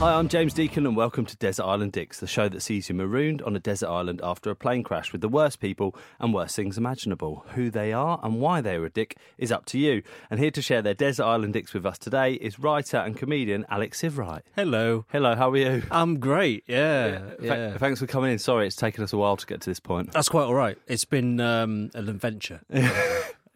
Hi, I'm James Deacon, and welcome to Desert Island Dicks, the show that sees you marooned on a desert island after a plane crash with the worst people and worst things imaginable. Who they are and why they are a dick is up to you. And here to share their Desert Island Dicks with us today is writer and comedian Alex Sivright. Hello. Hello, how are you? I'm great. Yeah. Tha- yeah. Thanks for coming in. Sorry, it's taken us a while to get to this point That's quite all right. It's been um, an adventure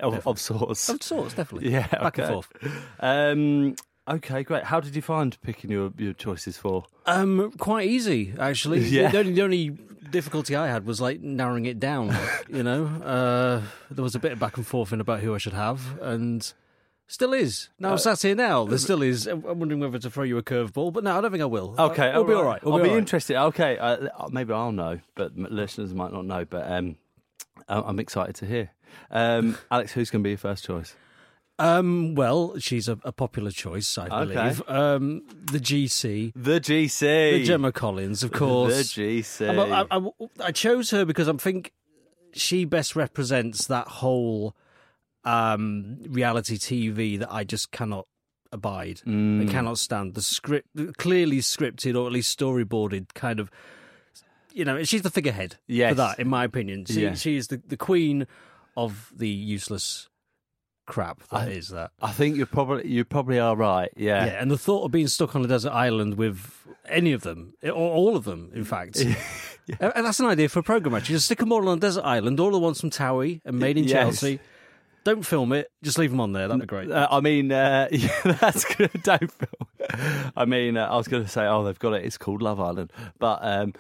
of, of sorts. of sorts, definitely. Yeah, Back and okay. forth. Um, okay, great. How did you find picking your, your choices for? Um, quite easy actually. Yeah. The, only, the only difficulty I had was like narrowing it down. you know, uh, there was a bit of back and forth in about who I should have, and still is. Now Uh, I'm sat here now. There still is. I'm wondering whether to throw you a curveball, but no, I don't think I will. Uh, Okay, we'll be all right. We'll I'll be be all right. interested. Okay, uh, maybe I'll know, but m- listeners might not know. But um, I- I'm excited to hear. Um, Alex, who's going to be your first choice? Um, well, she's a, a popular choice, I Okay. believe. Um, the GC, The GC. the Gemma Collins, of course. The GC. I'm- I, I- I chose her because I think she best represents that whole um, reality TV that I just cannot abide. Mm. I cannot stand the script, clearly scripted or at least storyboarded kind of. You know, she's the figurehead Yes. for that, in my opinion. She, Yeah. she is the, the queen of the useless crap that is that. I think you're probably you probably are right. Yeah. Yeah, and the thought of being stuck on a desert island with any of them, or all of them, in fact. And- And that's an idea for a program, actually. Just stick them all on a desert island, all the ones from Towie and made in Yes. Chelsea. Don't film it, just leave them on there. That'd be great. Uh, I mean, uh, yeah, that's good. Don't feel. I mean, uh, I was going to say, oh, they've got it. It's called Love Island, but um,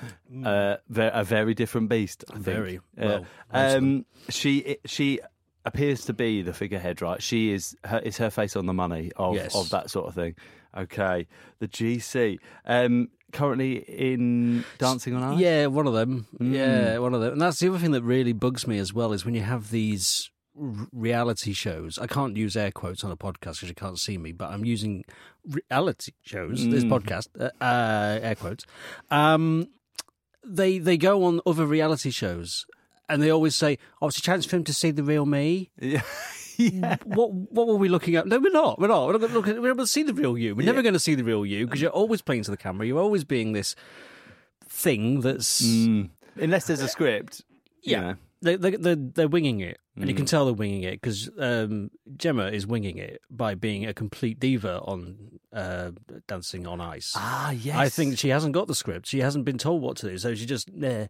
uh, ve- a very different beast. I think. Hmm. Very. Uh, Well, most of um, she she appears to be the figurehead, right? She is. Her, it's her face on the money of Yes. of that sort of thing. Okay, the GC um, currently in Dancing on Ice. Yeah, one of them. Yeah, one of them. And that's the other thing that really bugs me as well is when you have these r- reality shows. I can't use air quotes on a podcast because you can't see me, but I'm using reality shows. This podcast, uh, uh, air quotes. Um, they they go on other reality shows. And they always say, "Oh, it's a chance for him to see the real me." Yeah. What What were we looking at? No, we're not. We're not. We're not going to look at. We're able to see the real you. We're never going to see the real you because you're always playing to the camera. You're always being this thing that's Hmm. Unless there's a script. you know. they, they, they're, they're winging it, and you can tell they're winging it because um, Gemma is winging it by being a complete diva on uh, Dancing on Ice. Ah, yes. I think she hasn't got the script. She hasn't been told what to do, so she just, meh,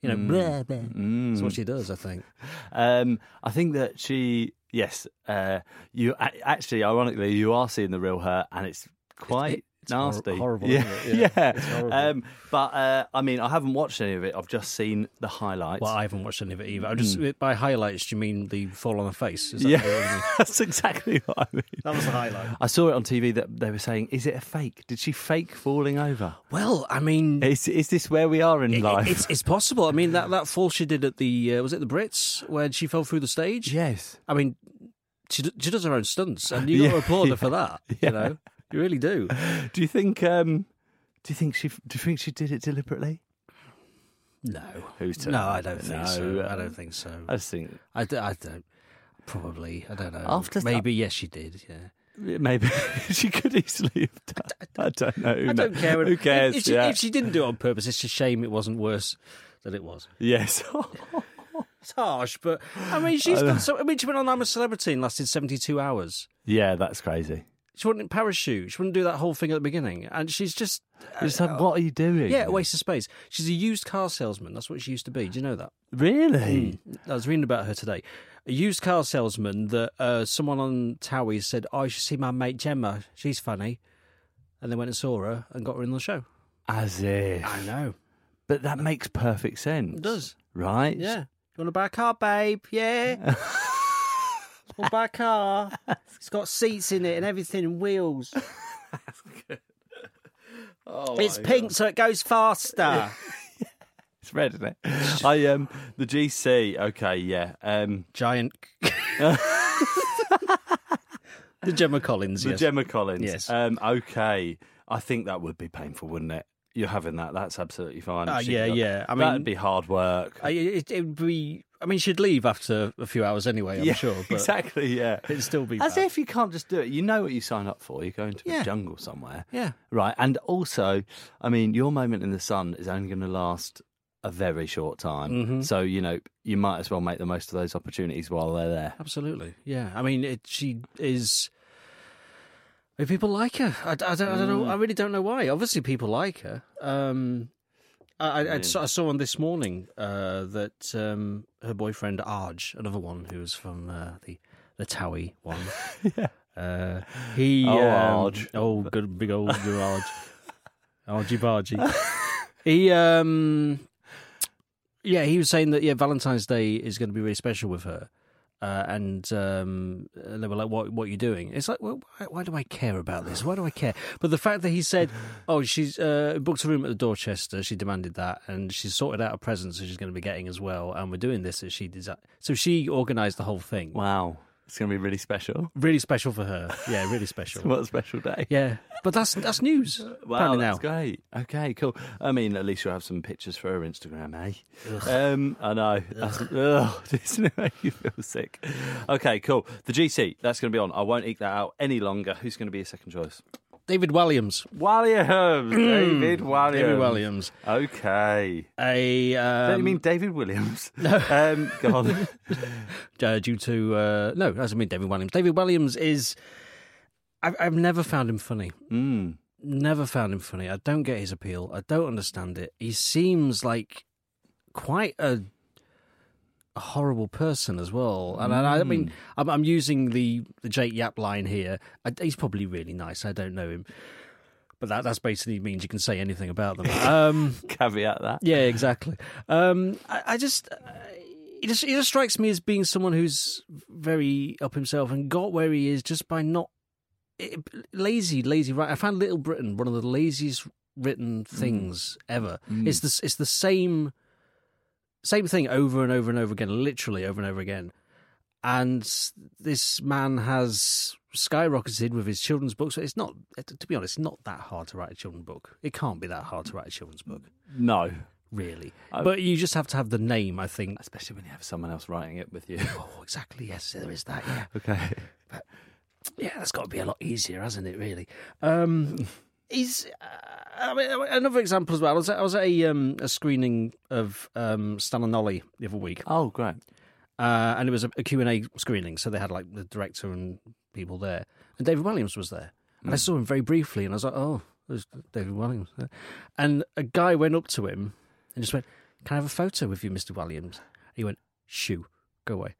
you know, bleh, bleh. That's what she does. I think. Um, I think that she, yes, uh, you a- actually, ironically, you are seeing the real her, and it's quite hor- nasty, horrible, Yeah, isn't it? Yeah, yeah. it's horrible. Um, but uh, I mean, I haven't watched any of it. I've just seen the highlights. Well, I haven't watched any of it either. I'm just by highlights. Do you mean the fall on the face? Is that what you mean? yeah, that's exactly what I mean. that was the highlight. I saw it on TV that they were saying, "Is it a fake? Did she fake falling over? Well, I mean, Is is this where we are in It- life?" It's, it's possible. I mean, that, that fall she did at the uh, was it the Brits when she fell through the stage? yes. I mean, she d- she does her own stunts, and you got to Yeah, applaud her for that. yeah. You know, you really do. Do you think? Um, do you think she? Do you think she did it deliberately? No, Who's to- no, I don't think No, so. I um, don't think so. I just think I, d- I don't. Probably, I don't know. After that- maybe yes, she did. Yeah, Maybe she could easily have done. I don't know. Who I don't kno- care. Who cares? If she, yeah. if she didn't do it on purpose, it's a shame it wasn't worse than it was. Yes. It's harsh, but I mean, she's got so. I mean, she went on I'm a Celebrity and lasted 72 hours. yeah, that's crazy. She wouldn't parachute. She wouldn't do that whole thing at the beginning. And she's just, It's like, what are you doing? Uh, yeah, a waste of space. She's a used car salesman. That's what she used to be. Do you know that? Really? I was reading about her today. A used car salesman that uh, someone on Towie said, oh, you should see my mate Gemma. She's funny. And they went and saw her and got her in the show. Hmm. As if. I know. But that makes perfect sense. It does. Right? Yeah. You want to buy a car, babe? Yeah. want to buy a car? It's got seats in it and everything and wheels. Oh, It's pink, so it goes faster. It's red, isn't it? I um the GC. Okay, yeah. Um Giant. the Gemma Collins, the yes. Gemma Collins. Yes. Um okay. I think that would be painful, wouldn't it? You're having that. That's absolutely fine. Oh, She- yeah, yeah. I mean- that'd be hard work. I, it, it would be. I mean, she'd leave after a few hours anyway. I'm yeah, sure, but exactly. Yeah. it'd still be. As bad. if you can't just do it. You know what you sign up for. You're going to Yeah. a jungle somewhere. Yeah. Right. And also, I mean, your moment in the sun is only going to last a very short time. So, you know, you might as well make the most of those opportunities while they're there. Absolutely. Yeah. I mean, it, she is. I mean, people like her. I, I don't, I Mm. don't know. I really don't know why. Obviously, people like her. Um, I, I, I saw I saw on this morning uh, that um, her boyfriend Arj, another one who was from uh, the the Towie one. Uh, he Oh, um, Arj. oh good big old Arj, Argy Bargy. he um, yeah, he was saying that yeah, Valentine's Day is going to be really special with her, uh, and um, and they were like, "What what are you doing?" It's like, well, why, why do I care about this? Why do I care? But the fact that he said, "Oh, she's uh, booked a room at the Dorchester," she demanded that, and she's sorted out a present, so she's going to be getting as well, and we're doing this as she desi So she organised the whole thing. Wow. It's going to be really special. Really special for her. Yeah, really special. What a special day. yeah, but that's that's news. Wow, apparently that's now. great. Okay, cool. I mean, at least you'll have some pictures for her Instagram, eh? Um, I know. That's, ugh, doesn't it make you feel sick? Okay, cool. The GC, that's going to be on. I won't eke that out any longer. Who's going to be your second choice? David Walliams. Williams. Mm. David Williams. David Walliams. Okay. A Don't you um, mean David Williams? um, go on. uh, due to uh, no, that doesn't mean David Williams. David Williams is I've, I've never found him funny. Mm. Never found him funny. I don't get his appeal. I don't understand it. He seems like quite a, a horrible person as well. And I, I mean, I'm, I'm using the, the Jake Yap line here. I, he's probably really nice. I don't know him. But that that's basically means you can say anything about them. Um, Caveat that. yeah, exactly. Um, I, I just, uh, he just, he just strikes me as being someone who's very up himself and got where he is just by not it, lazy, lazy. Right, I found Little Britain one of the laziest written things ever. It's the it's the same same thing over and over and over again, literally over and over again. And this man has skyrocketed with his children's books. It's not, to be honest, not that hard to write a children's book. It can't be that hard to write a children's book No. really. but you just have to have the name, I think. Especially when you have someone else writing it with you. Oh, exactly. Yes, there is that. Yeah, okay. yeah. That's got to be a lot easier, hasn't it? Really. Um, he's. Uh, I mean, another example as well. I was at, I was at a, um, a screening of um, Stan and Ollie the other week, Oh, great. uh, and it was a, a Q and A screening. So they had like the director and people there, and David Williams was there, and Mm. I saw him very briefly, and I was like, oh, there's David Williams, there. and a guy went up to him and just went, "Can I have a photo with you, Mister Williams?" He went, "Shoo, go away,"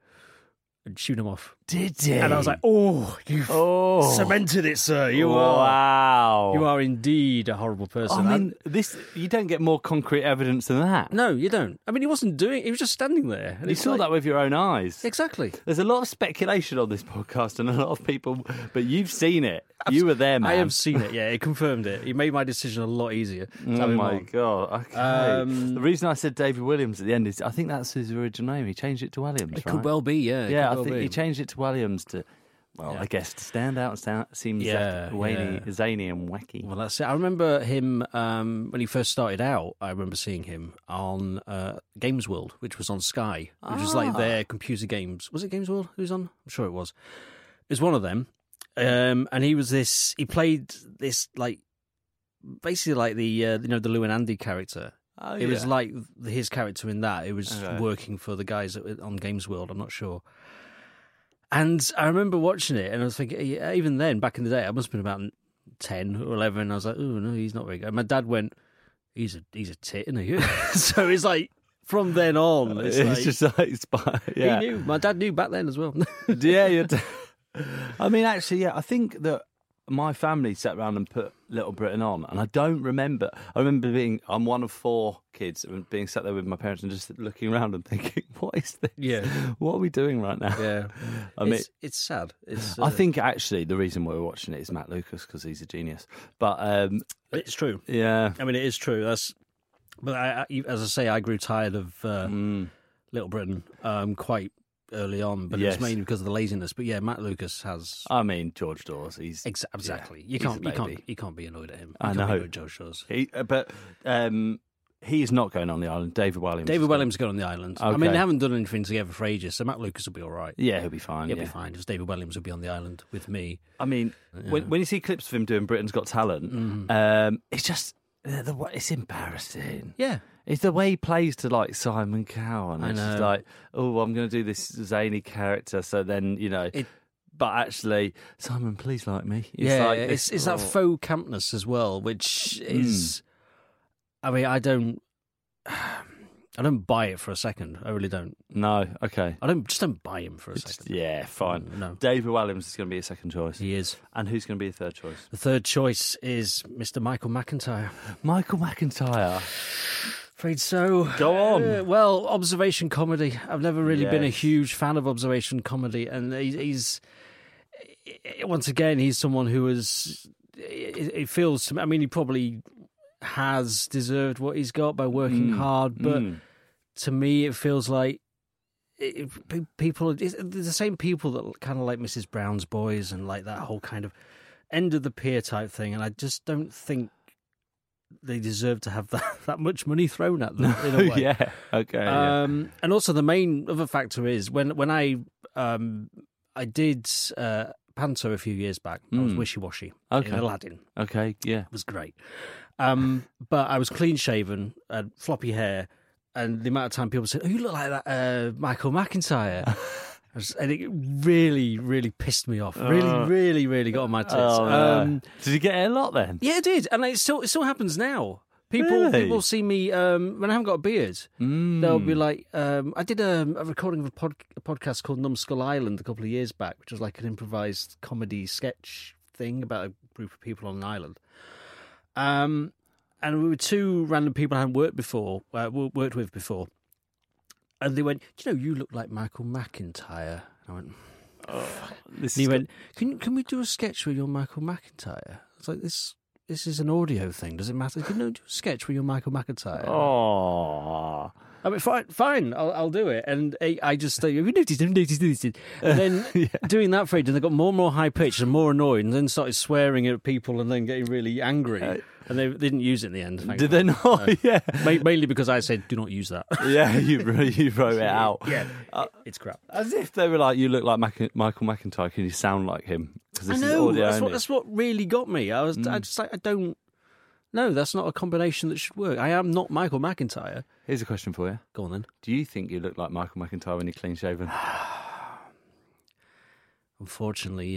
and shooed him off. Did he? And I was like, "Oh, you've oh. cemented it, sir. You are, wow. you are indeed a horrible I person." mean, this you don't get more concrete evidence than that. I- no, you don't. I mean, he wasn't doing. He was just standing there. And you it's saw like- that with your own eyes. exactly. There's a lot of speculation on this podcast and a lot of people, but you've seen it. You were there, man. I have seen it. Yeah, it confirmed it. It made my decision a lot easier. to have Oh him my on. god! Okay. Um, the reason I said David Williams at the end is I think that's his original name. He changed it to Williams. It right? could well be. Yeah. it yeah, could I well think be. he changed it to Williams to, well, I guess to stand out and sound, seem Yeah, zec- wainy- yeah. zany and wacky. Well, that's it. I remember him um, when he first started out. I remember seeing him on uh, Games World, which was on Sky, which was like their computer games. Was it Games World? Who's on? I'm sure it was. It was one of them. Um, and he was this. He played this like basically like the uh, you know the Lou and Andy character. Oh, it was yeah. like his character in that. It was Okay. working for the guys that were on Games World. I'm not sure. And I remember watching it, and I was thinking, eh, yeah, even then, back in the day, I must have been about ten or eleven. I was like, oh no, he's not very good. And my dad went, he's a he's a tit, isn't he? so it's like from then on, it's, it's, like, just like spy. he Yeah, knew. My dad knew back then as well. yeah. You're t- I mean, actually, yeah. I think that my family sat around and put Little Britain on, and I don't remember. I remember being I'm one of four kids and being sat there with my parents and just looking around and thinking, "What is this? Yeah. what are we doing right now?" Yeah, I mean, it's, it's sad. It's I uh, think actually the reason we're watching it is Matt Lucas because he's a genius. But um, it's true. yeah, I mean, it is true. That's, but I, I, as I say, I grew tired of uh, Mm. Little Britain um, quite early on, but Yes. it's mainly because of the laziness. But yeah, Matt Lucas has I mean George Dawes, he's ex- exactly. you he's a can't, you can't, baby. you can't be annoyed at him. You I can't be know. annoyed at Joe Shaw's. he, uh, but um, he's not going on the island. David Williams, David is going. Wellham's gone on the island. I mean, Okay. they haven't done anything together for ages, so Matt Lucas will be all right. yeah, he'll be fine. He'll yeah. be fine. Just David Wellham's will be on the island with me. I mean, when, when you see clips of him doing Britain's Got Talent, um, it's just uh, the, wa- it's embarrassing. Yeah, It's the way he plays to like Simon Cowell. and I It's just know. like, oh, I'm going to do this zany character, so then you know. It- but actually, Simon, please like me. It's yeah, like it's, this- it's that oh. Mm. faux campness as well, which is, I mean, I don't, I don't buy it for a second. I really don't. no, okay, I don't just don't buy him for a second. yeah, fine. No. David Williams is going to be a second choice, He is. and who's going to be a third choice? The third choice is Mr. Michael McIntyre. Michael McIntyre. Afraid so. Go on. Uh, well, observation comedy. I've never really been a Yes. huge fan of observation comedy, and he- he's eh, once again he's someone who is. It it feels to me. I mean, he probably has deserved what he's got by working hard, but Mm. to me, it feels like. It, pe- people, it's the same people that kind of like Mrs. Brown's Boys and like that whole kind of end of the pier type thing, and I just don't think they deserve to have that, that much money thrown at them. in a way. yeah, okay, yeah. Um, and also the main other factor is when when I um, I did uh, Panto a few years back. I was wishy washy Hmm. Okay. in Aladdin. okay, yeah. It was great, um, but I was clean shaven, had floppy hair, and the amount of time people said, "Oh, you look like that uh, Michael McIntyre." I was- And it really, really pissed me off. Really, really, really got on my tits. Uh. Oh, no. Um, Did you get it a lot then? yeah, it did, and it still it still happens now. People Really? people see me um, when I haven't got a beard. They'll be like, um, I did a, a recording of a, pod, a podcast called Numbskull Island a couple of years back, which was like an improvised comedy sketch thing about a group of people on an island. Um, and we were two random people I hadn't worked before, uh, wo- worked with before, and they went, "Do you know, you look like Michael McIntyre." And I went, This and he is- went, "Can can we do a sketch where you're Michael McIntyre?" It's like this. This is an audio thing. Does it matter? Can you do a sketch where you're Michael McIntyre? Oh, I mean, fine, fine. I'll, I'll do it. And I, I just think, have you noticed? Have you noticed? Have you noticed? And then doing that for ages, and they got more and more high pitched and more annoyed, and then started swearing at people, and then getting really angry. and they didn't use it in the end. did they not? yeah, thankfully. Ma- mainly because I said, "Do not use that." yeah. You wrote- you wrote it out. Uh, yeah, it's crap. As if they were like, you look like Mac- Michael McIntyre. Can you sound like him? Because I know that's what, that's what really got me. I was Mm. I just like I don't. No, that's not a combination that should work. I am not Michael McIntyre. Here's a question for you: Go on then. Do you think you look like Michael McIntyre when you're clean shaven? Unfortunately,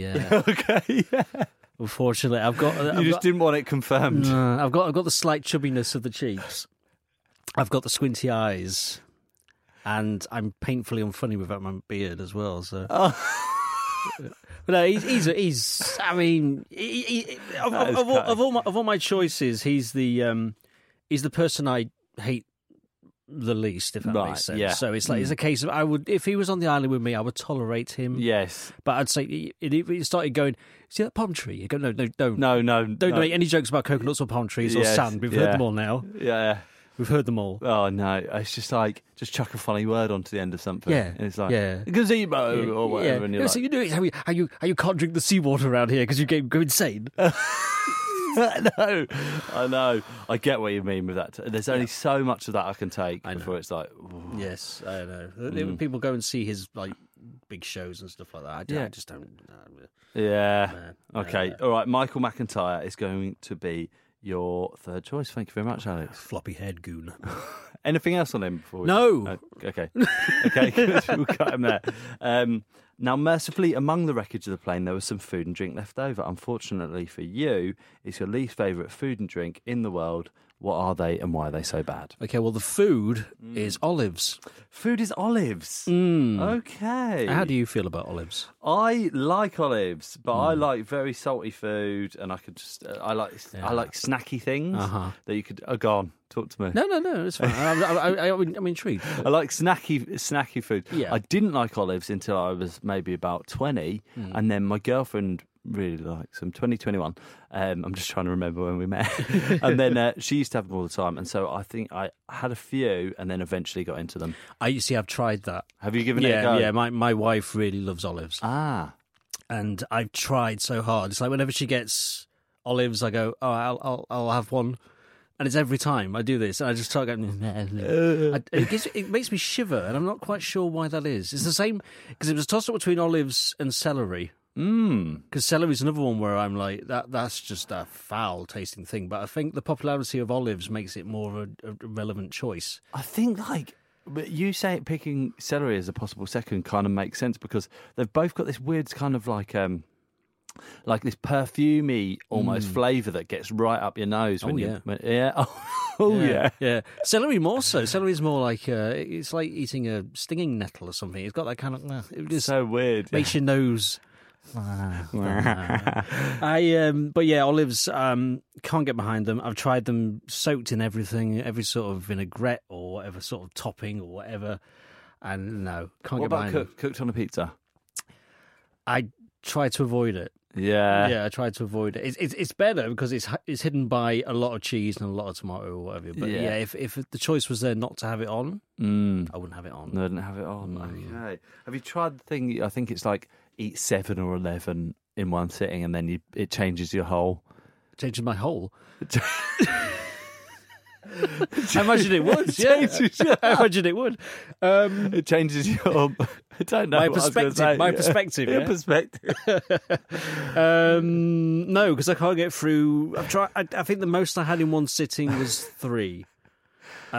yeah. okay, yeah. Unfortunately, I've got. I've You just got- didn't want it confirmed. No, Uh, I've got I've got the slight chubbiness of the cheeks. I've got the squinty eyes, and I'm painfully unfunny without my beard as well. So, Oh. but no, he's, he's he's. I mean, he, he- he- of, That of, is of all, cutting. of all my of all my choices, he's the um, he's the person I hate the least. If that Right, makes sense. yeah. Hmm. So it's like it's a case of I would if he was on the island with me, I would tolerate him. Yes. But I'd say it, it, it started going. See that palm tree? You go, no, no, don't. No. No. Don't no. make any jokes about coconuts or palm trees Yes, or sand. We've yeah. heard them all now. Yeah. We've heard them all. Oh no! It's just like just chuck a funny word onto the end of something. Yeah, And it's like yeah. gazebo Yeah, or Oh, whatever. yeah. And you're Yeah, so you do it. How you, how you how you can't drink the seawater around here because you get go insane. I know, I know. I get what you mean with that. There's only so much of that I can take before it's like, ooh. yes, I know. Mm. People go and see his like big shows and stuff like that. I, d- I Yeah. just don't. nah. yeah. okay. All right. Michael McIntyre is going to be your third choice. Thank you very much, Alex. floppy haired goon. Anything else on him before? We... Uh, No. Okay. Okay. good. we'll cut him there. Um, now, mercifully, among the wreckage of the plane, there was some food and drink left over. Unfortunately for you, it's your least favourite food and drink in the world, What are they and why are they so bad? Okay, well, the food Mm. is olives. Food is olives. Okay. How do you feel about olives? I like olives, but Hmm. I like very salty food, and I could just uh, I like I like snacky things Uh-huh. that you could. Oh, go on, talk to me. No, no, no, it's fine. I, I, I, I'm intrigued. I like snacky snacky food. Yeah. I didn't like olives until I was maybe about twenty, Hmm. and then my girlfriend really likes them. Twenty twenty one. Um, I'm just trying to remember when we met, and then uh, she used to have them all the time, and so I think I had a few, and then eventually got into them. I you see. I've tried that. Have you given it a Yeah, go? yeah. My my wife really loves olives, Ah, and I've tried so hard. It's like whenever she gets olives, I go, "Oh, I'll I'll, I'll have one," and it's every time I do this, and I just start going. I, it, gives, it makes me shiver, and I'm not quite sure why that is. It's the same because it was a toss up between olives and celery. mmm. Because celery's another one where I'm like, that that's just a foul tasting thing. But I think the popularity of olives makes it more of a, a relevant choice. I think like but you say picking celery as a possible second kind of makes sense because they've both got this weird kind of like um like this perfumey almost flavour that gets right up your nose when Mm. Oh, you yeah. when, yeah oh, oh, yeah. yeah. Celery more so. Celery's more like uh, it's like eating a stinging nettle or something. It's got that kind of. it just so weird makes your nose. Ah. I um, but yeah, olives um, can't get behind them. I've tried them soaked in everything, every sort of vinaigrette or whatever sort of topping or whatever, and no, can't what get about behind them. cook, cooked on a pizza I try to avoid it. yeah yeah, I tried to avoid it. It's, it's it's better because it's hi- it's hidden by a lot of cheese and a lot of tomato or whatever. But Yeah. yeah, if if the choice was there not to have it on, Mm. I wouldn't have it on. no I didn't have it on Mm. okay have you tried the thing I think it's like eat seven or eleven in one sitting and then you it changes your whole Changes my whole. I imagine it would. Yeah, Changes I imagine it would. Um, it changes your I don't know my what I was gonna perspective. say. My Yeah. perspective. Your yeah. perspective Um, no, because I can't get through. I've tried. I, I think the most I had in one sitting was three, uh,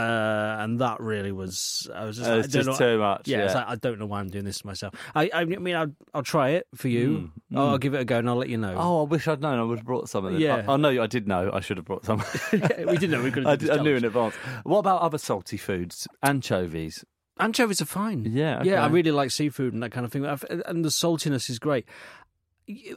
and that really was. I was just. Uh, like, it's I don't just know, too much, Yeah, it's yeah. like, I don't know why I'm doing this to myself. I, I mean, I'll, I'll try it for you. I'll, give it a go, and I'll let you know. Mm, Oh, I wish I'd known. I would have brought some of them. Yeah. I, I know. I did know. I should have brought some. Yeah, we didn't know we were going I, to do did, this I knew in challenge. advance. What about other salty foods? Anchovies. Anchovies are fine. Yeah, yeah. I okay. really like seafood and that kind of thing, I've- and the saltiness is great.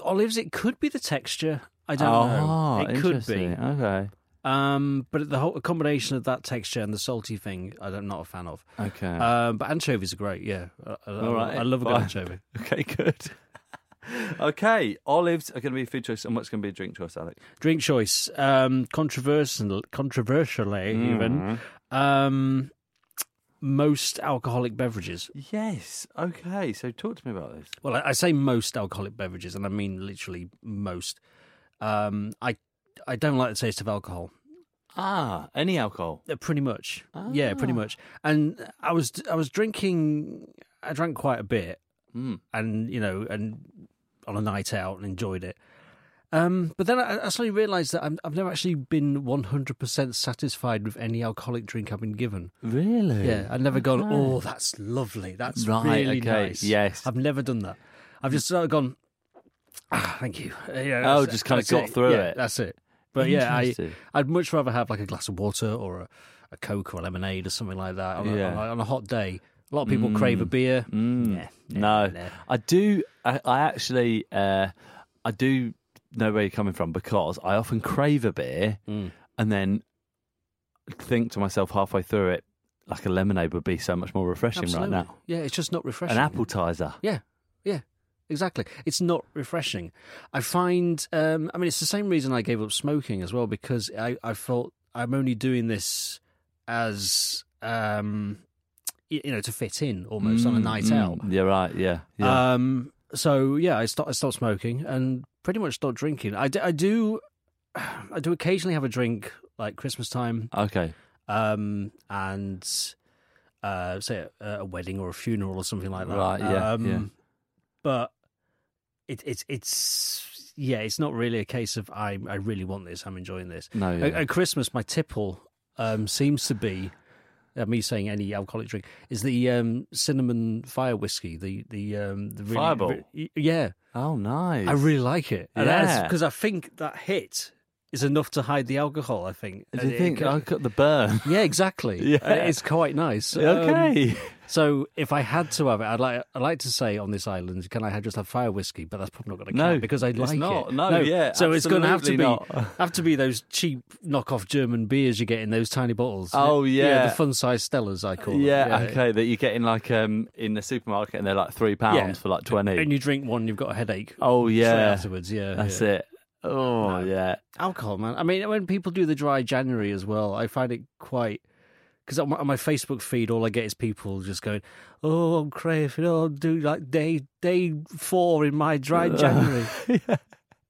Olives, it could be the texture. I don't oh, know. It could be. interesting. Okay. Um, but the whole combination of that texture and the salty thing, I don't- I'm not a fan of. Okay. Um, but anchovies are great. Yeah, I, I, I- right, I love a good fine. anchovy. okay. Good. okay. Olives are going to be a food choice, and what's going to be a drink choice, Alex? Drink choice, um, controversial, controversially even. Mm-hmm. Um, most alcoholic beverages. Yes. Okay. So talk to me about this. Well, I, I say most alcoholic beverages, and I mean literally most. Um, I I don't like the taste of alcohol. Ah, any alcohol. Uh, Pretty much, yeah, pretty much. And I was I was drinking. I drank quite a bit, Mm. and you know, and on a night out and enjoyed it. Um, but then I, I suddenly realised that I'm, I've never actually been 100% satisfied with any alcoholic drink I've been given. Really? Yeah, I've never gone, oh, that's lovely. That's Right, really okay, nice. yes. I've never done that. I've just sort of gone, ah, thank you. Uh, yeah, Oh, that's- just kinda that's got through Yeah, it. That's it. But yeah, I, Interesting. I'd much rather have like a glass of water or a, a Coke or a lemonade or something like that on, Yeah. Mm. a, on, a, on a hot day. A lot of people crave a beer. Yeah, No, nah. I do. I, I actually, uh, I do know where you're coming from because I often crave a beer Mm. and then think to myself halfway through it, like a lemonade would be so much more refreshing Absolutely. right now. Yeah, it's just not refreshing. An appetizer. Yeah, yeah, exactly. It's not refreshing. I find, um, I mean, it's the same reason I gave up smoking as well because I, I felt I'm only doing this as, um, y- you know, to fit in almost on a night out. Yeah, right. Yeah. Mm, yeah. Um, so yeah, I stopped, I stopped smoking and pretty much stopped drinking. I, d- I do, I do occasionally have a drink like Christmas time okay. um, and uh, say a, a wedding or a funeral or something like that. Right, yeah, Um, yeah. But it, it's it's yeah, it's not really a case of I I really want this. I'm enjoying this. No. At- Yeah. At Christmas, my tipple um, seems to be. Uh, me saying any alcoholic drink is the um, cinnamon fire whiskey. The the um, the really, Fireball? re- yeah, oh, nice. I really like it. Yeah. because I think that hit is enough to hide the alcohol. I think. Do Uh, you it think ca- I got the burn? yeah, exactly. Yeah. Uh, it's quite nice. Um, okay. so if I had to have it, I'd like I'd like to say on this island, can I ha- just have fire whiskey? But that's probably not going to No, count because I it's like not. it. No, yeah, so it's going to have to be absolutely not. have to be those cheap knockoff German beers you get in those tiny bottles. Oh, yeah. the fun size Stellas I call them. Yeah, okay. That you get in like um in the supermarket and they're like three pounds Yeah. for like twenty. And you drink one, you've got a headache. oh straight yeah, afterwards, yeah, that's yeah. it. Oh yeah, alcohol, man. I mean, when people do the dry January as well, I find it quite. Because on, my- on my Facebook feed, all I get is people just going, "Oh, I'm craving. Oh, do like day day four in my dry January."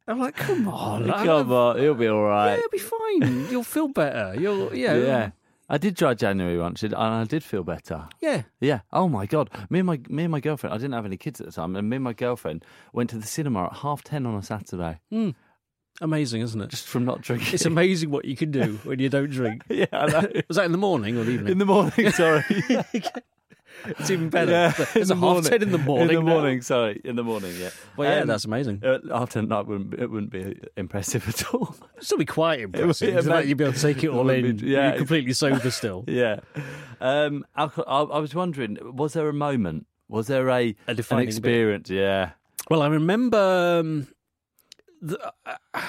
I'm like, "Come on, like, come on, it'll be all yeah, right. it'll be fine. You'll feel better. You'll yeah, yeah. I did dry January once, and I did feel better. yeah. Yeah. Oh my god. Me and my me and my girlfriend. I didn't have any kids at the time, and me and my girlfriend went to the cinema at half ten on a Saturday Amazing, isn't it? just from not drinking. It's amazing what you can do when you don't drink. yeah, I know. Was that in the morning or the evening? in the morning. Sorry. it's even better. Yeah, in it's the a half morning. ten in the morning. in the now. morning. Sorry, in the morning. Yeah. Well, yeah, Um, that's amazing. uh, half ten at night wouldn't be, it wouldn't be impressive at all. still be quite impressive. yeah, It's like mate. you'd be able to take it all would be- in. yeah, You're it- completely sober still. yeah. Um, alcohol, I, I was wondering, was there a moment? Was there a, an defining bit. experience? Yeah. Well, I remember. Um, the, uh,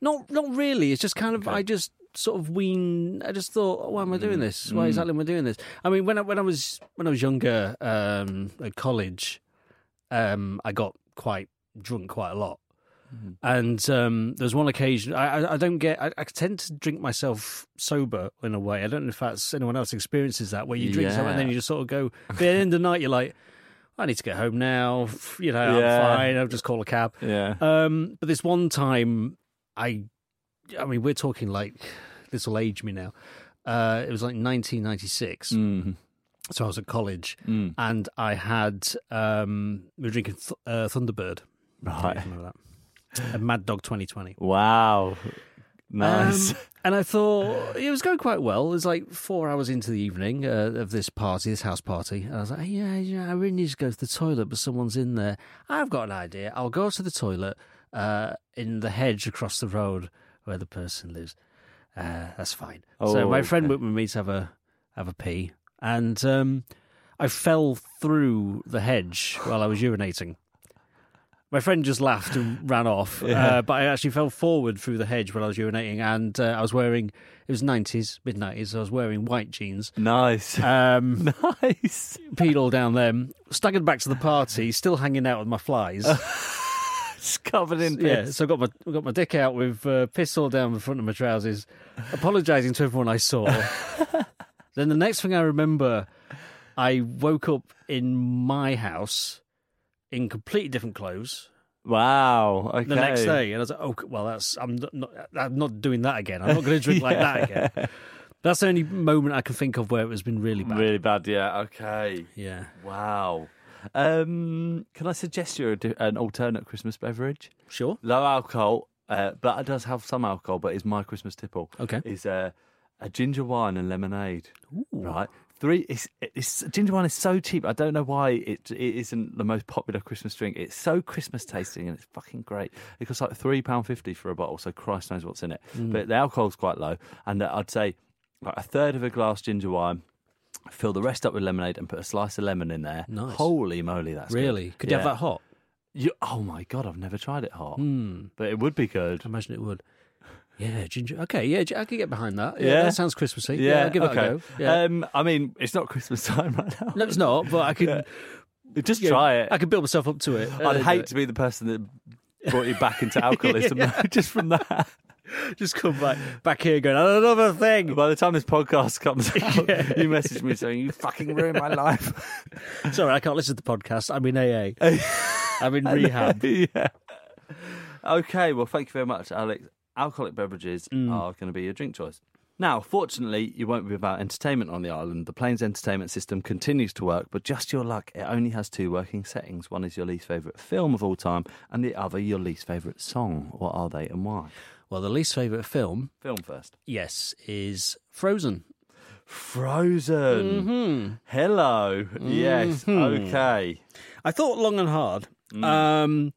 not not really. It's just kind of I just sort of wean. I just thought, why am I doing this? Why exactly am I doing this? I mean, when I, when I was when I was younger um, at college, um, I got quite drunk quite a lot. And um, there's one occasion I, I, I don't get. I, I tend to drink myself sober in a way. I don't know if that's anyone else experiences that, where you drink something and then Yeah. you just sort of go. At the end of the night, you're like, I need to get home now. F- You know, Yeah. I'm fine. I'll just call a cab. Yeah. Um, but this one time, I, I mean, we're talking like this will age me now. Uh, it was like 1996, Mm. so I was at college, Mm. and I had um, we were drinking th- uh, Thunderbird. I Right. remember that. A Mad Dog 2020. Wow. Nice. Um, and I thought it was going quite well. It was like four hours into the evening uh, of this party, this house party. And I was like, "Hey, yeah, yeah, I really need to go to the toilet, but someone's in there. I've got an idea. I'll go to the toilet uh, in the hedge across the road where the person lives. Uh, that's fine. so Oh, my friend okay. went with me to have a have a pee, and um, I fell through the hedge while I was urinating. My friend just laughed and ran off, uh, but I actually fell forward through the hedge while I was urinating, and uh, I was wearing it was nineties, mid nineties. I was wearing white jeans, nice. um, nice. peed all down them, staggered back to the party, still hanging out with my flies. It's covered in yeah, piss. so I got my got my dick out with uh, piss all down the front of my trousers, apologising to everyone I saw. then the next thing I remember, I woke up in my house in completely different clothes Wow. Okay. the next day, and I was like, "Oh, well, that's I'm not, not I'm not doing that again. I'm not going to drink like that again." That's the only moment I can think of where it has been really bad. Really bad. Yeah. Okay. Yeah, Wow. Um, can I suggest you a di- an alternate Christmas beverage? sure. Low alcohol, uh, but it does have some alcohol. But it's my Christmas tipple. Okay. is uh, a ginger wine and lemonade. Right. Three. It's, it's ginger wine is so cheap. I don't know why it it isn't the most popular Christmas drink. It's so Christmas tasting and it's fucking great. It costs like three pound fifty for a bottle. So Christ knows what's in it. Mm. But the alcohol's quite low, and uh, I'd say like a third of a glass ginger wine. Fill the rest up with lemonade and put a slice of lemon in there. Nice. Holy moly, that's good. Really? Could you have Yeah. that hot? You, oh my god, I've never tried it hot, Hmm. but it would be good. I imagine it would. Yeah, ginger. Okay, yeah, I could get behind that. Yeah, Yeah? that sounds Christmassy. Yeah, I'll give it okay. a go. Yeah. Um, I mean, it's not Christmas time right now. no, it's not, but I could Just you know, try it. I could build myself up to it. I'd Uh, hate to be the person that brought you back into alcoholism just from that. just come back back here going another thing. By the time this podcast comes out, you message me saying you fucking ruined my life. Sorry, I can't listen to the podcast. I'm in AA. I'm in rehab. yeah. Okay, well, thank you very much, Alex. Alcoholic beverages are going to be your drink choice. Now, fortunately, you won't be without entertainment on the island. The plane's entertainment system continues to work, but just your luck, it only has two working settings. One is your least favourite film of all time, and the other, your least favourite song. What are they and why? Well, the least favorite film, Film first. yes, is Frozen. Frozen. Mm-hmm. Hello. Yes. Okay. I thought long and Mm. hard, um,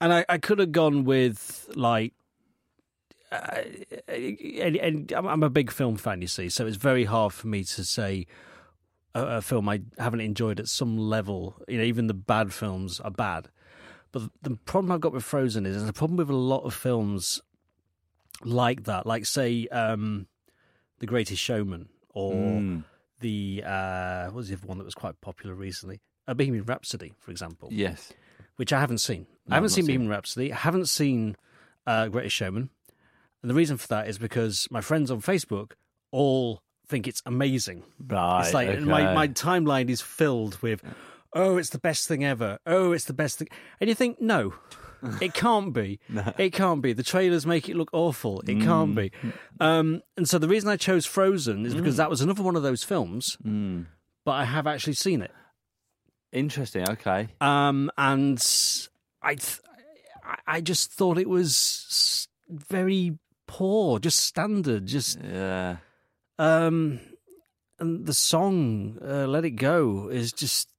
and I, I could have gone with like uh, and, and I'm I'm a big film fan, you see, so it's very hard for me to say a, a film I haven't enjoyed at some level. You know, even the bad films are bad. But the problem I've got with Frozen is there's a problem with a lot of films like that, like say um, The Greatest Showman or the uh, what was the other one that was quite popular recently? A Bohemian Rhapsody, for example Yes. which I haven't seen. I haven't not seen seen Bohemian Rhapsody. I haven't seen uh, Greatest Showman. And the reason for that is because my friends on Facebook all think it's amazing. Right. It's like my, my timeline is filled with, oh, it's the best thing ever. Oh, it's the best thing. And you think, no, it can't be. It can't be. The trailers make it look awful. It Mm. can't be. Um, and so the reason I chose Frozen is because Mm. that was another one of those films, Hmm. but I have actually seen it Interesting. Okay. um, and I, th- I- I just thought it was s- very poor, just standard, just Yeah. um, and the song uh, "Let It Go" is just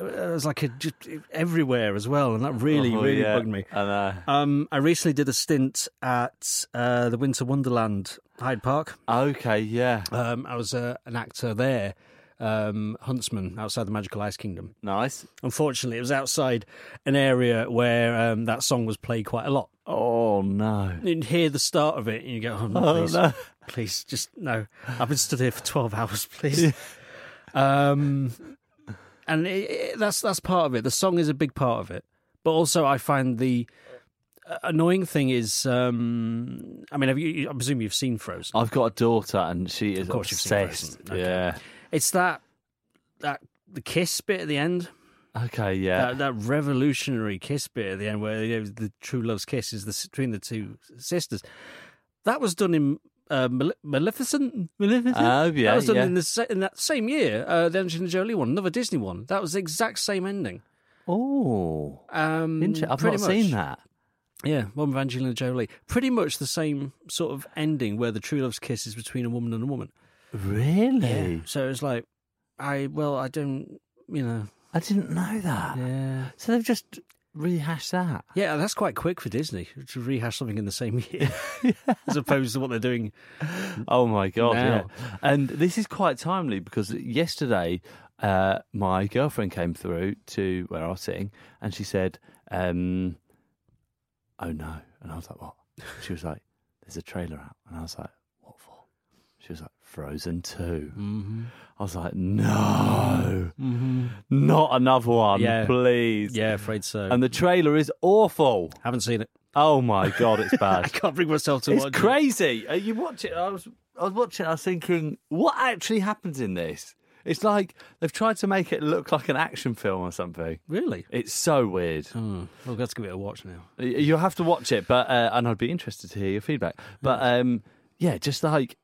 uh, it was like a just everywhere as well, and that really, Oh, really yeah. bugged me. I know. Um, I recently did a stint at uh, the Winter Wonderland Hyde Park. Okay. Yeah. Um, I was uh, an actor there, um, huntsman outside the Magical Ice Kingdom. Nice. Unfortunately, it was outside an area where um, that song was played quite a lot. Oh no. You'd hear the start of it and you go, oh, no, please, no. please, just no. I've been stood here for 12 hours, please. um, and it, it- that's, that's part of it. The song is a big part of it. But also, I find the uh, annoying thing is um, I mean, have you, I presume you've seen Frozen. I've got a daughter, and she is course you've seen obsessed. Frozen. Okay. Yeah. It's that, that the kiss bit at the end. Okay. Yeah. that, that revolutionary kiss bit at the end where you know, the true love's kiss is the, between the two sisters. That was done in uh, Male- Maleficent. Maleficent. Oh, yeah, that was done yeah. in the sa- in that same year. Uh, the Angelina Jolie one, another Disney one. That was the exact same ending. oh. Um, Interesting. I've pretty not much. seen that. Yeah, one with Angelina Jolie. Pretty much the same sort of ending where the true love's kiss is between a woman and a woman. Really? So it's like, I well, I don't, you know, I didn't know that. yeah. So they've just rehashed that. Yeah, that's quite quick for Disney to rehash something in the same year, as opposed to what they're doing. Oh my god! Now. Yeah. And this is quite timely because yesterday uh, my girlfriend came through to where I was sitting, and she said, um, "Oh no!" And I was like, "What?" She was like, "There's a trailer out," and I was like, "What for?" She was like, "Frozen 2. Mm. I was like, "No, not another one, Mm-hmm. Yeah. please." Yeah, afraid so. And the trailer is awful. Haven't seen it. Oh my god, it's bad. I can't bring myself to It's watch. it. crazy. Uh, you watch it. I was, I was watching. it, I was thinking, what actually happens in this? It's like they've tried to make it look like an action film or something. Really? It's so weird. Oh, well, let's give it a watch now. Y- You'll have to watch it, but uh, and I'd be interested to hear your feedback. But um, yeah, just like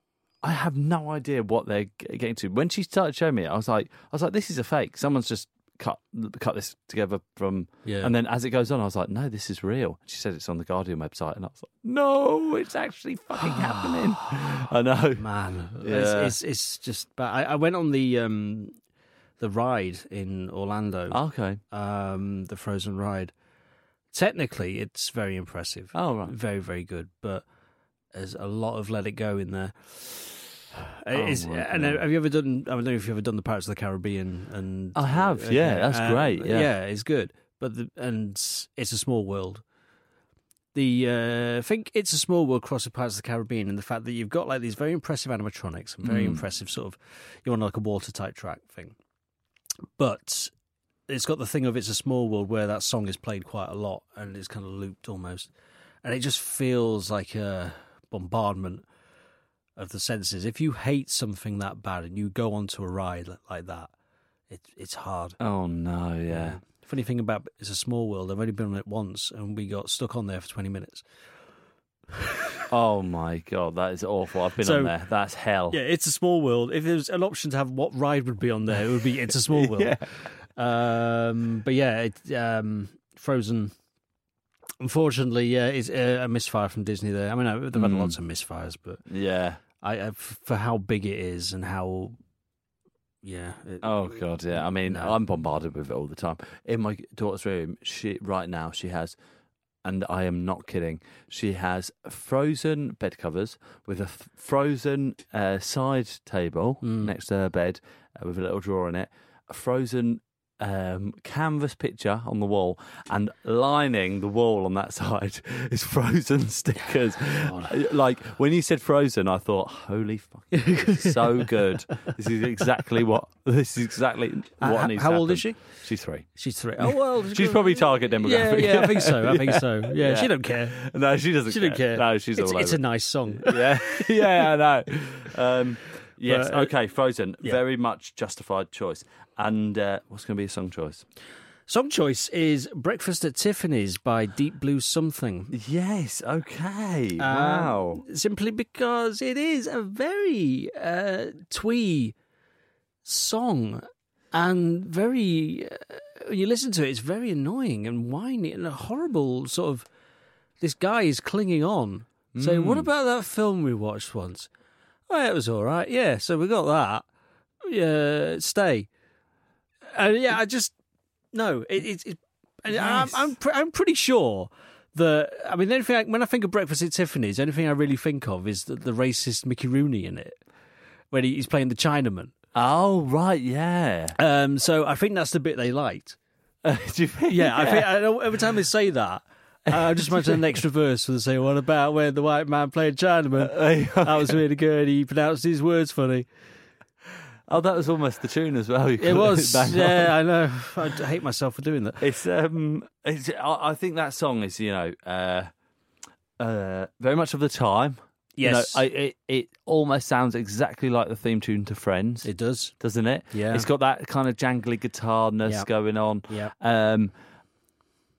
I have no idea what they're g- getting to. When she started showing me, it, I was like, I was like, this is a fake. Someone's just cut cut this together from. Yeah. And then as it goes on, I was like, no, this is real. She said it's on the Guardian website, and I was like, no, it's actually fucking happening. I know. Man, Yeah. it's, it's it's just. But I, I went on the um the ride in Orlando, Okay. um the Frozen ride. Technically, it's very impressive. Oh right. very very good but there's a lot of let it go in there It's- Oh my and uh, God. have you ever done i don't know if you've ever done the pirates of the caribbean and uh, I have, yeah, that's great, yeah. it's good but the, and it's a small world the uh, I think it's a small world across the Pirates of the Caribbean, and the fact that you've got like these very impressive animatronics and very impressive sort of you're on like a water tight track thing, but it's got the thing of it's a small world where that song is played quite a lot and it's kind of looped almost, and it just feels like a bombardment of the senses. If you hate something that bad and you go onto a ride li- like that, it, it's hard. Oh no. Yeah. Funny thing about it's a small world. I've only been on it once, and we got stuck on there for twenty minutes. Oh my god, that is awful. I've been So- on there. That's hell. Yeah, it's a small world. If there was an option to have what ride would be on there, it would be it's a small world. Um, but yeah, it, um, Frozen. Unfortunately, yeah, it's uh, a misfire from Disney. There, I mean, I- they've had Mm. lots of misfires, but Yeah. I, I f- for how big it is and how, yeah, it- Oh god, yeah. I mean, No. I'm bombarded with it all the time. In my daughter's room, she right now she has and I am not kidding. She has frozen bed covers with a f- frozen uh, side table Hmm. next to her bed uh, with a little drawer in it, a frozen um, canvas picture on the wall, and lining the wall on that side is frozen stickers. Uh, like when you said frozen, I thought, holy fuck, this is so good. This is exactly what this is exactly what Uh, h- needs. to how old is happen. She's three. She's three. Oh well, She's probably target Yeah, demographic. yeah, I think so. I think so. Yeah, Yeah. she don't care. No, she doesn't. She don't care. No, she's it's, all it's over. a nice song. yeah, yeah, I know. Um, yes, But, uh, okay, Frozen, yeah. very much justified choice. And uh, what's going to be a song choice? Song choice is "Breakfast at Tiffany's" by Deep Blue Something. Yes, okay, Um, wow. Simply because it is a very uh, twee song and very. Uh, when you listen to it, it's very annoying and whiny and a horrible sort of. This guy is clinging on. Saying, what about that film we watched once? Oh, yeah, it was all right. Yeah, so we got that. Yeah, stay. And yeah, I just no. It, it, it and Yes. I'm I'm, pre- I'm pretty sure that I mean, the only thing I, when I think of Breakfast at Tiffany's, the only thing I really think of is the, the racist Mickey Rooney in it when he, he's playing the Chinaman. Oh, right, yeah. Um, so I think that's the bit they liked. Uh, do you think? Yeah, I think I know, every time they say that. I just imagine the next verse where they say, "What about when the white man played Chinaman? That was really good. He pronounced his words funny. Oh, that was almost the tune as well. You It got was. bang on. yeah, I know. I d- hate myself for doing that. It's um, it's. I, I think that song is you know, uh, uh, very much of the time. You know, Yes. I, it it almost sounds exactly like the theme tune to Friends, It does. doesn't it? Yeah. it's got that kind of jangly guitarness Yeah. going on. Yeah. Um,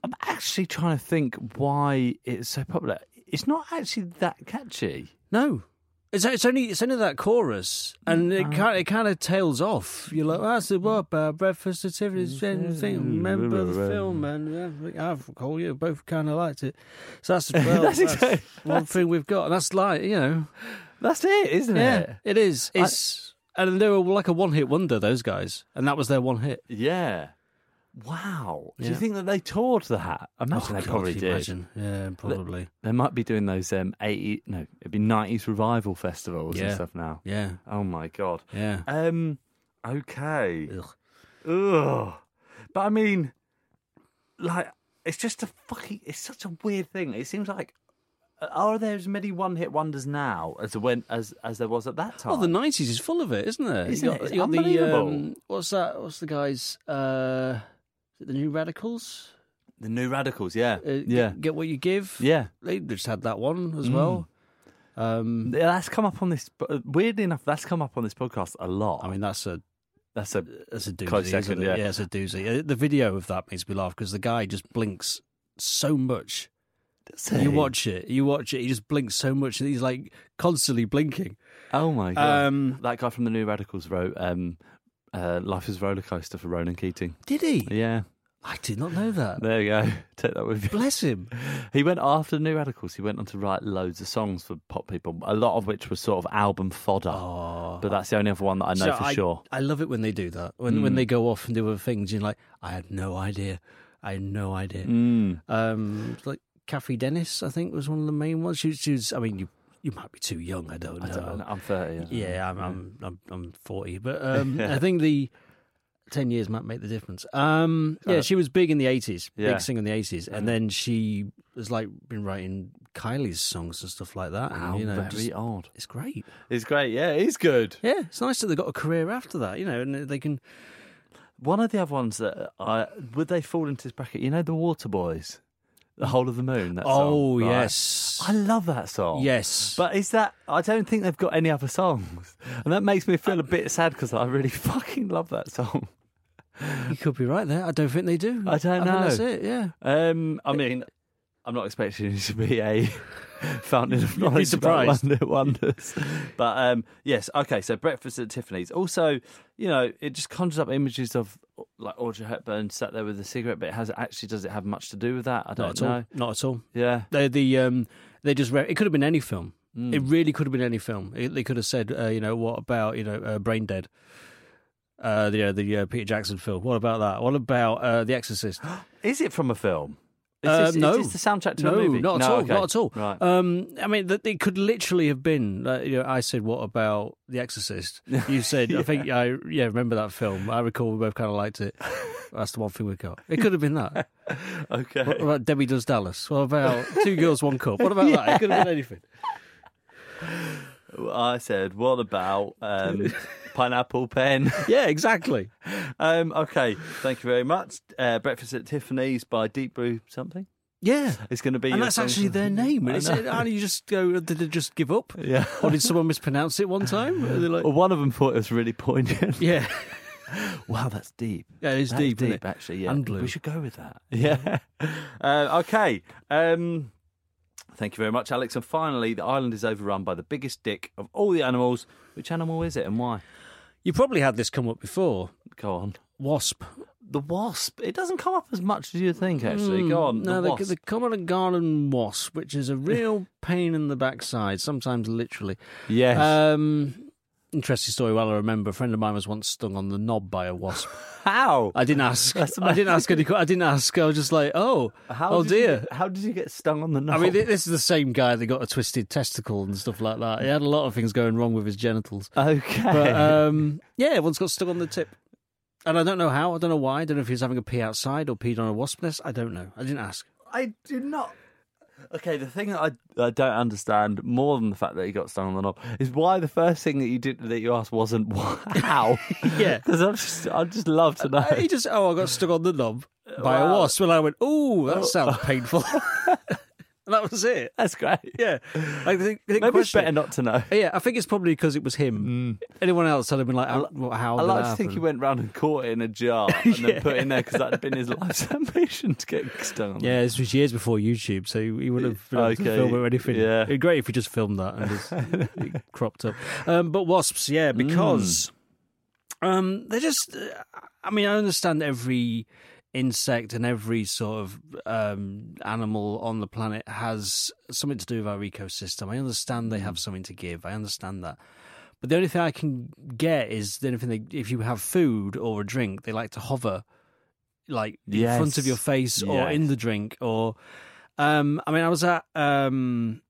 I'm actually trying to think why it's so popular. It's not actually that catchy. No. It's, it's only it's only that chorus, and it kind it kind of tails off. You're like, I said, what about breakfast at Tiffany's? Thing. Remember the film, and yeah, I call you both kind of liked it. So that's, well, That's that's, exact- one thing we've got, and that's like you know, That's it, isn't it? yeah, it is. It's and they were like a one hit wonder. Those guys, and that was their one hit. Yeah. Wow. Do you Yeah. Oh, think that they toured that? Imagine they God, probably can did. you imagine? Yeah, probably. They might be doing those um, 80, no, it'd be 90s revival festivals and Yeah. stuff now. Yeah, Oh my God. yeah. Um, okay. Ugh. Ugh. But I mean, like, it's just a fucking, it's such a weird thing. It seems like, uh, are there as many one hit wonders now as when as as there was at that time? Oh, the nineties is full of it, isn't it? Isn't you got, it? It's you got unbelievable. The, um, what's that? What's the guys? Uh, is it the New Radicals. The new radicals, yeah. Uh, g- yeah. Get what you give. yeah. Mm. They just had that one as well. Um, Yeah, That's come up on this, uh, weirdly enough, that's come up on this podcast a lot. I mean, that's a that's a, that's a doozy. Close isn't second, it? yeah. it's a doozy. Uh, The video of that makes me laugh because the guy just blinks so much. You watch it. You watch it. He just blinks so much that he's like constantly blinking. Oh my God. Um, That guy from the New Radicals wrote um, uh, "Life Is a Roller Coaster" for Ronan Keating. Did he? Yeah, I did not know that. there you go. Take that with you. Bless him. He went after the New Radicals. He went on to write loads of songs for pop people, a lot of which was sort of album fodder. But that's the only other one that I know Oh, So for I, sure. Mm. I love it when they do that. When when they go off and do other things, you're like, I had no idea. I had no idea. Mm. Um, it's like Kathy Dennis, I think, was one of the main ones. She, she was. I mean, you you might be too young. I don't know. I don't know. Mm, I'm thirty. Yeah, I'm, I'm I'm I'm 40, but um, I think the 10 years might make the difference. Um, yeah, she was big in the 80s, Yeah. big singer in the 80s, and then she has like been writing Kylie's songs and stuff like that. and, How you know, very just- odd. it's great. It's great. Yeah, it's good. Yeah, it's nice that they got a career after that, you know, and they can. One of the other ones that I would they fall into this bracket? You know, the Waterboys, the whole of the moon. That song, Oh right? yes, I love that song. yes. But is that? I don't think they've got any other songs, and that makes me feel a bit sad because I really fucking love that song. you could be right there. I don't think they do. I don't think that's know. it. Yeah. Um, I mean, I'm not expecting it to be a fountain of be knowledge about surprised. wonder wonders, but um, yes, okay. So breakfast at Tiffany's. Also, you know, it just conjures up images of like Audrey Hepburn sat there with a cigarette, but it has actually does it have much to do with that? I Not don't at know. all. Not at all. Yeah. They the um they just re- it could have been any film. Hmm. It really could have been any film. It, they could have said, uh, you know, what about you know, uh, Brain Dead, uh, the uh, the uh, Peter Jackson film. What about that? What about uh, The Exorcist? Is it from a film? Is Uh, this, no. is this the soundtrack to no, a movie? not at all. okay. Not at all. Right. Um, I mean, th- it could literally have been. Uh, you know, I said, "What about The Exorcist?" You said, "I think I yeah remember that film. I recall we both kind of liked it." That's the one thing we got. It could have been that. okay. What about Debbie Does Dallas? What about Two Girls One Cup? What about that? It could have been anything. I said, what about um, pineapple pen? Yeah, exactly. um, okay, thank you very much. Uh, Breakfast at Tiffany's by Deep Brew something. Yeah, It's going to be and your that's song actually for- their name. And I it's, know. how do you just go? uh, Did they just give up? Yeah. Oh. Or did someone mispronounce it one time? Are they like- Well, one of them thought it was really poignant. yeah, wow, that's deep. yeah, it's That's deep, isn't it? actually. Yeah, And blue. we should go with that. Yeah. uh, okay. Um, thank you very much, Alex. And finally, the island is overrun by the biggest dick of all the animals. Which animal is it, and why? You probably had this come up before. Go on. Wasp. The wasp. It doesn't come up as much as you think, actually. Go on. Hmm. the No, Hmm. the, wasp. the common garden wasp, which is a real pain in the backside, sometimes literally. Yes. Um, interesting story. While I remember, a friend of mine was once stung on the knob by a wasp. How? I didn't ask. That's I didn't ask any. que- I didn't ask. I was just like, oh, How oh did you dear. get- how did you get stung on the I nose? mean, thi- this is the same guy that got a twisted testicle and stuff like that. He had a lot of things going wrong with his genitals. okay. But um, yeah, once got stuck on the tip. And I don't know how. I don't know why. I don't know if he was having a pee outside or peed on a wasp nest. I don't know. I didn't ask. I do not. Okay, the thing that I, I don't understand more than the fact that he got stung on the knob is why the first thing that you did that you asked wasn't wh- how. Yeah. because I'm just I'd just love to know. He just, oh, I got stuck on the knob by a Wow. wasp. And I went, oh, that sounds painful. and that was it. That's great. Yeah. I think, I think Maybe it's question- better not to know. Yeah, I think it's probably because it was him. Anyone else, I'd have been like, how? how I did like that to think he happen? went round and caught it in a jar and then put it in there because that'd been his life's ambition to get stung. On the- Yeah, this was years before YouTube, so he wouldn't have been able to Okay, film it or anything. yeah. It'd be great if he just filmed that and just it cropped up. Um, but wasps, Mm. yeah, because um, they're just. uh, I mean, I understand every insect and every sort of um, animal on the planet has something to do with our ecosystem. I understand they Mm. have something to give. I understand that. But the only thing I can get is the only thing they, if you have food or a drink, they like to hover like in front of Yes. your face or Yes. in the drink or um I mean I was at um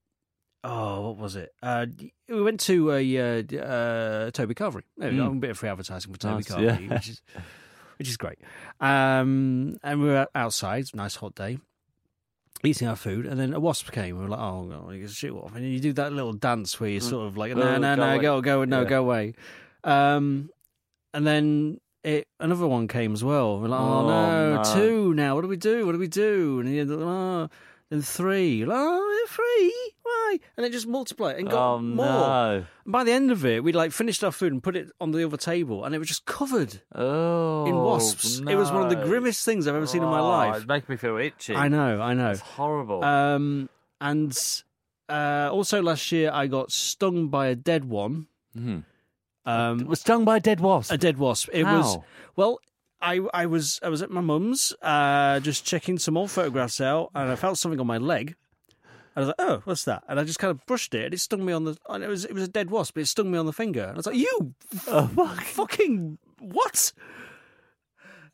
oh what was it? Uh we went to a uh, uh Toby Carvery. There we go, Mm. A bit of free advertising for Toby Nice, Carvery, yeah. which is which is great. Um and we were outside, nice hot day. Eating our food, and then a wasp came. We were like, "Oh, God, you shoot off!" And you do that little dance where you're sort of like, "No, Oh, no, go no, away. go, go, no, Yeah. go away." Um, and then it another one came as well. We're like, oh, Oh, no, no. two now. What do we do? What do we do? And then, oh, then three. Like, Oh, three. Why? And it just multiplied and got oh more. no! And by the end of it, we like finished our food and put it on the other table, and it was just covered Oh, in wasps. It was one of the no. grimmest things I've ever seen in my Oh, life. It's making me feel itchy. I know, I know. It's horrible. Um, and uh, also last year, I got stung by a dead one. Mhm. Um, was stung by a dead wasp. A dead wasp. It was How? well. I I was I was at my mum's, uh, just checking some old photographs out, and I felt something on my leg. I was like, "Oh, what's that?" And I just kind of brushed it, and it stung me on the. And it was it was a dead wasp, but it stung me on the finger. And I was like, "You Oh fucking what?"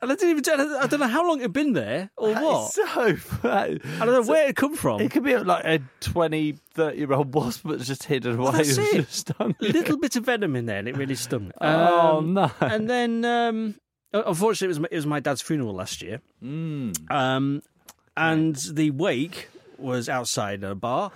And I didn't even. I don't- I don't know how long it had been there or That is what. So bad. I don't know where it had come from. It could be like a 20, 30 year old wasp that's just hidden away. that's and it. Just stung. little bit of venom in there, and it really stung. oh Um, no! And then, um, unfortunately, it was my, it was my dad's funeral last year. Mm. Um, and the wake was outside a bar,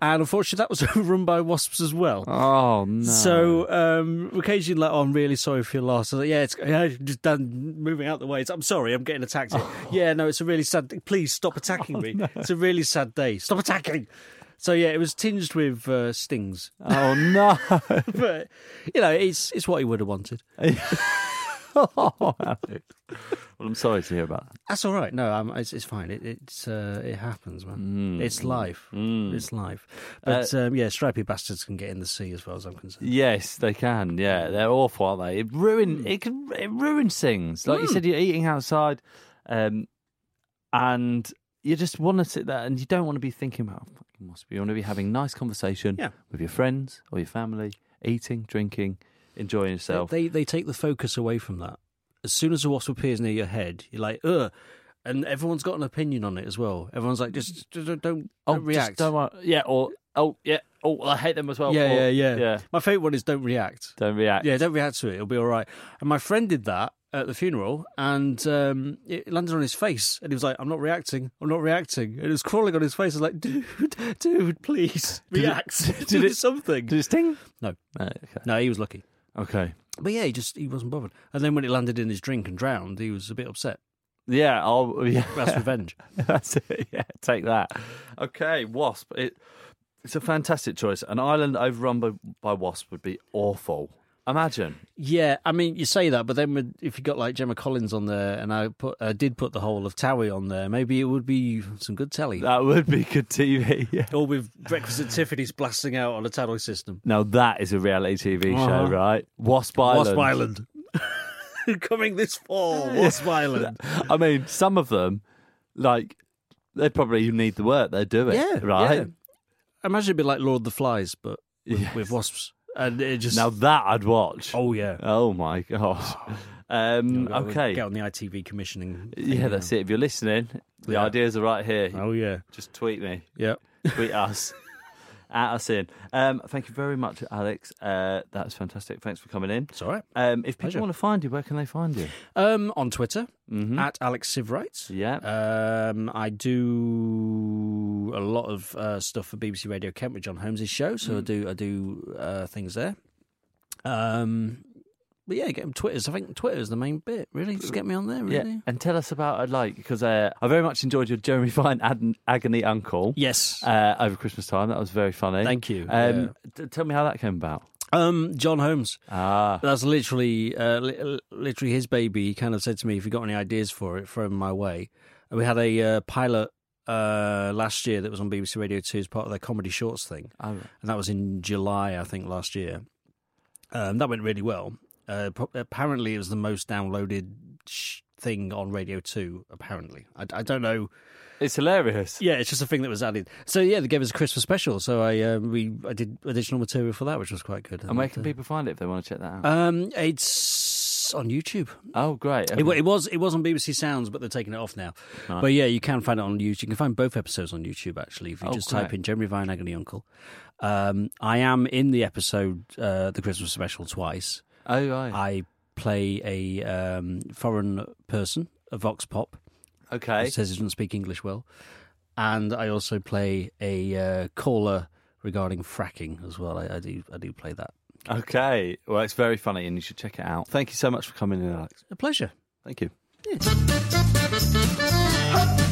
and unfortunately, that was overrun by wasps as well. oh no! So um, occasionally, like, oh, I'm really sorry for your loss. I was like, yeah, it's yeah, just done moving out the way. It's, I'm sorry, I'm getting attacked. Here. Oh. Yeah, no, it's a really sad. Day. Please stop attacking me. It's a really sad day. Stop attacking. So yeah, it was tinged with uh, stings, oh no! but you know, it's it's what he would have wanted. well, I'm sorry to hear about that. That's all right. No, um, it's, it's fine. It it's, uh, it happens, Mm. man. It's life. It's life. Uh, But um, yeah, stripy bastards can get in the sea as far as I'm concerned. Yes, they can. Yeah, they're awful, aren't they? It ruin Hmm. it can it ruins things. Like you said, you're eating outside, um, and you just want to sit there, and you don't want to be thinking about fucking wasp. You want to be having nice conversation Yeah. with your friends or your family, eating, drinking, enjoying yourself. They they take the focus away from that. As soon as a wasp appears near your head, you're like, ugh. and everyone's got an opinion on it as well. Everyone's like, just, just don't, don't Oh, react. Just don't, wa- yeah, or oh yeah, oh I hate them as well. yeah, or- yeah, yeah, yeah. My favorite one is don't react. Don't react. Yeah, don't react to it. It'll be all right. And my friend did that at the funeral, and um, it landed on his face, and he was like, "I'm not reacting. I'm not reacting." And it was crawling on his face. I was like, "Dude, dude, please Did it- react. did Did it- it something?" Did it sting? No. No, okay. No, he was lucky. Okay. But yeah, he just he wasn't bothered. And then when it landed in his drink and drowned, he was a bit upset. Yeah. I'll, yeah. That's revenge. That's it. Yeah, take that. Okay, wasp. It it's a fantastic choice. An island overrun by, by wasp would be awful. Imagine. Yeah, I mean, you say that, but then with, if you got like Gemma Collins on there, and I put I did put the whole of Towie on there, maybe it would be some good telly. That would be good TV. Yeah. Or with Breakfast at Tiffany's blasting out on a Towie system. Now that is a reality TV Uh-huh. show, right? Wasp Island. Wasp Island. Coming this fall, Wasp Island. I mean, some of them, like, they probably need the work they do it. Right. Imagine it'd be like Lord of the Flies, but with, Yes. with wasps. And it just. Now that I'd watch. oh, yeah. Oh my gosh. Um, Get okay. on the ITV commissioning. Yeah, that's it. If you're listening, the Yeah. ideas are right here. Oh, yeah. Just tweet me. Yeah. tweet us at us in. Um, thank you very much, Alex. Uh, that's fantastic. Thanks for coming in. It's all right. Um, if people Pleasure. want to find you, where can they find you? Um, on Twitter, Mhm. at Alex Sivright. Yeah. Um, I do a lot of uh, stuff for BBC Radio Kent with John Holmes' show, so I do I do uh, things there. Um, but yeah, get him Twitter's. I think Twitter's the main bit. Really, just get me on there. Really. Yeah, and tell us about uh, like because uh, I very much enjoyed your Jeremy Fine ad- agony uncle Yes. uh, over Christmas time. That was very funny. Thank you. Um, Yeah. t- tell me how that came about. Um, John Holmes. Ah, That's literally, uh, li- literally his baby. He kind of said to me, "If you got any ideas for it, throw 'em my way." And we had a uh, pilot uh, last year that was on BBC Radio Two as part of their comedy shorts thing. oh, and that was in July, I think, last year. Um, that went really well. Uh, pro- apparently, it was the most downloaded sh- thing on Radio Two. Apparently, I, I don't know. it's hilarious. Yeah, it's just a thing that was added. So yeah, they gave us a Christmas special. So I uh, we I did additional material for that, which was quite good. And where can uh, people find it if they want to check that out? Um, it's on YouTube. oh, great. It, wa- okay. it was it was on BBC Sounds, but they're taking it off now. Nice. But yeah, you can find it on YouTube. You can find both episodes on YouTube actually if you Oh, just great. type in Jeremy Vine Agony Uncle. Um, I am in the episode uh, the Christmas special twice. oh, right. I play a um, foreign person, a vox pop, who Okay. says he doesn't speak English well, and I also play a uh, caller regarding fracking as well. I, I do I do play that. Okay. Well, it's very funny, and you should check it out. Thank you so much for coming in, Alex. A pleasure. Thank you. Hop,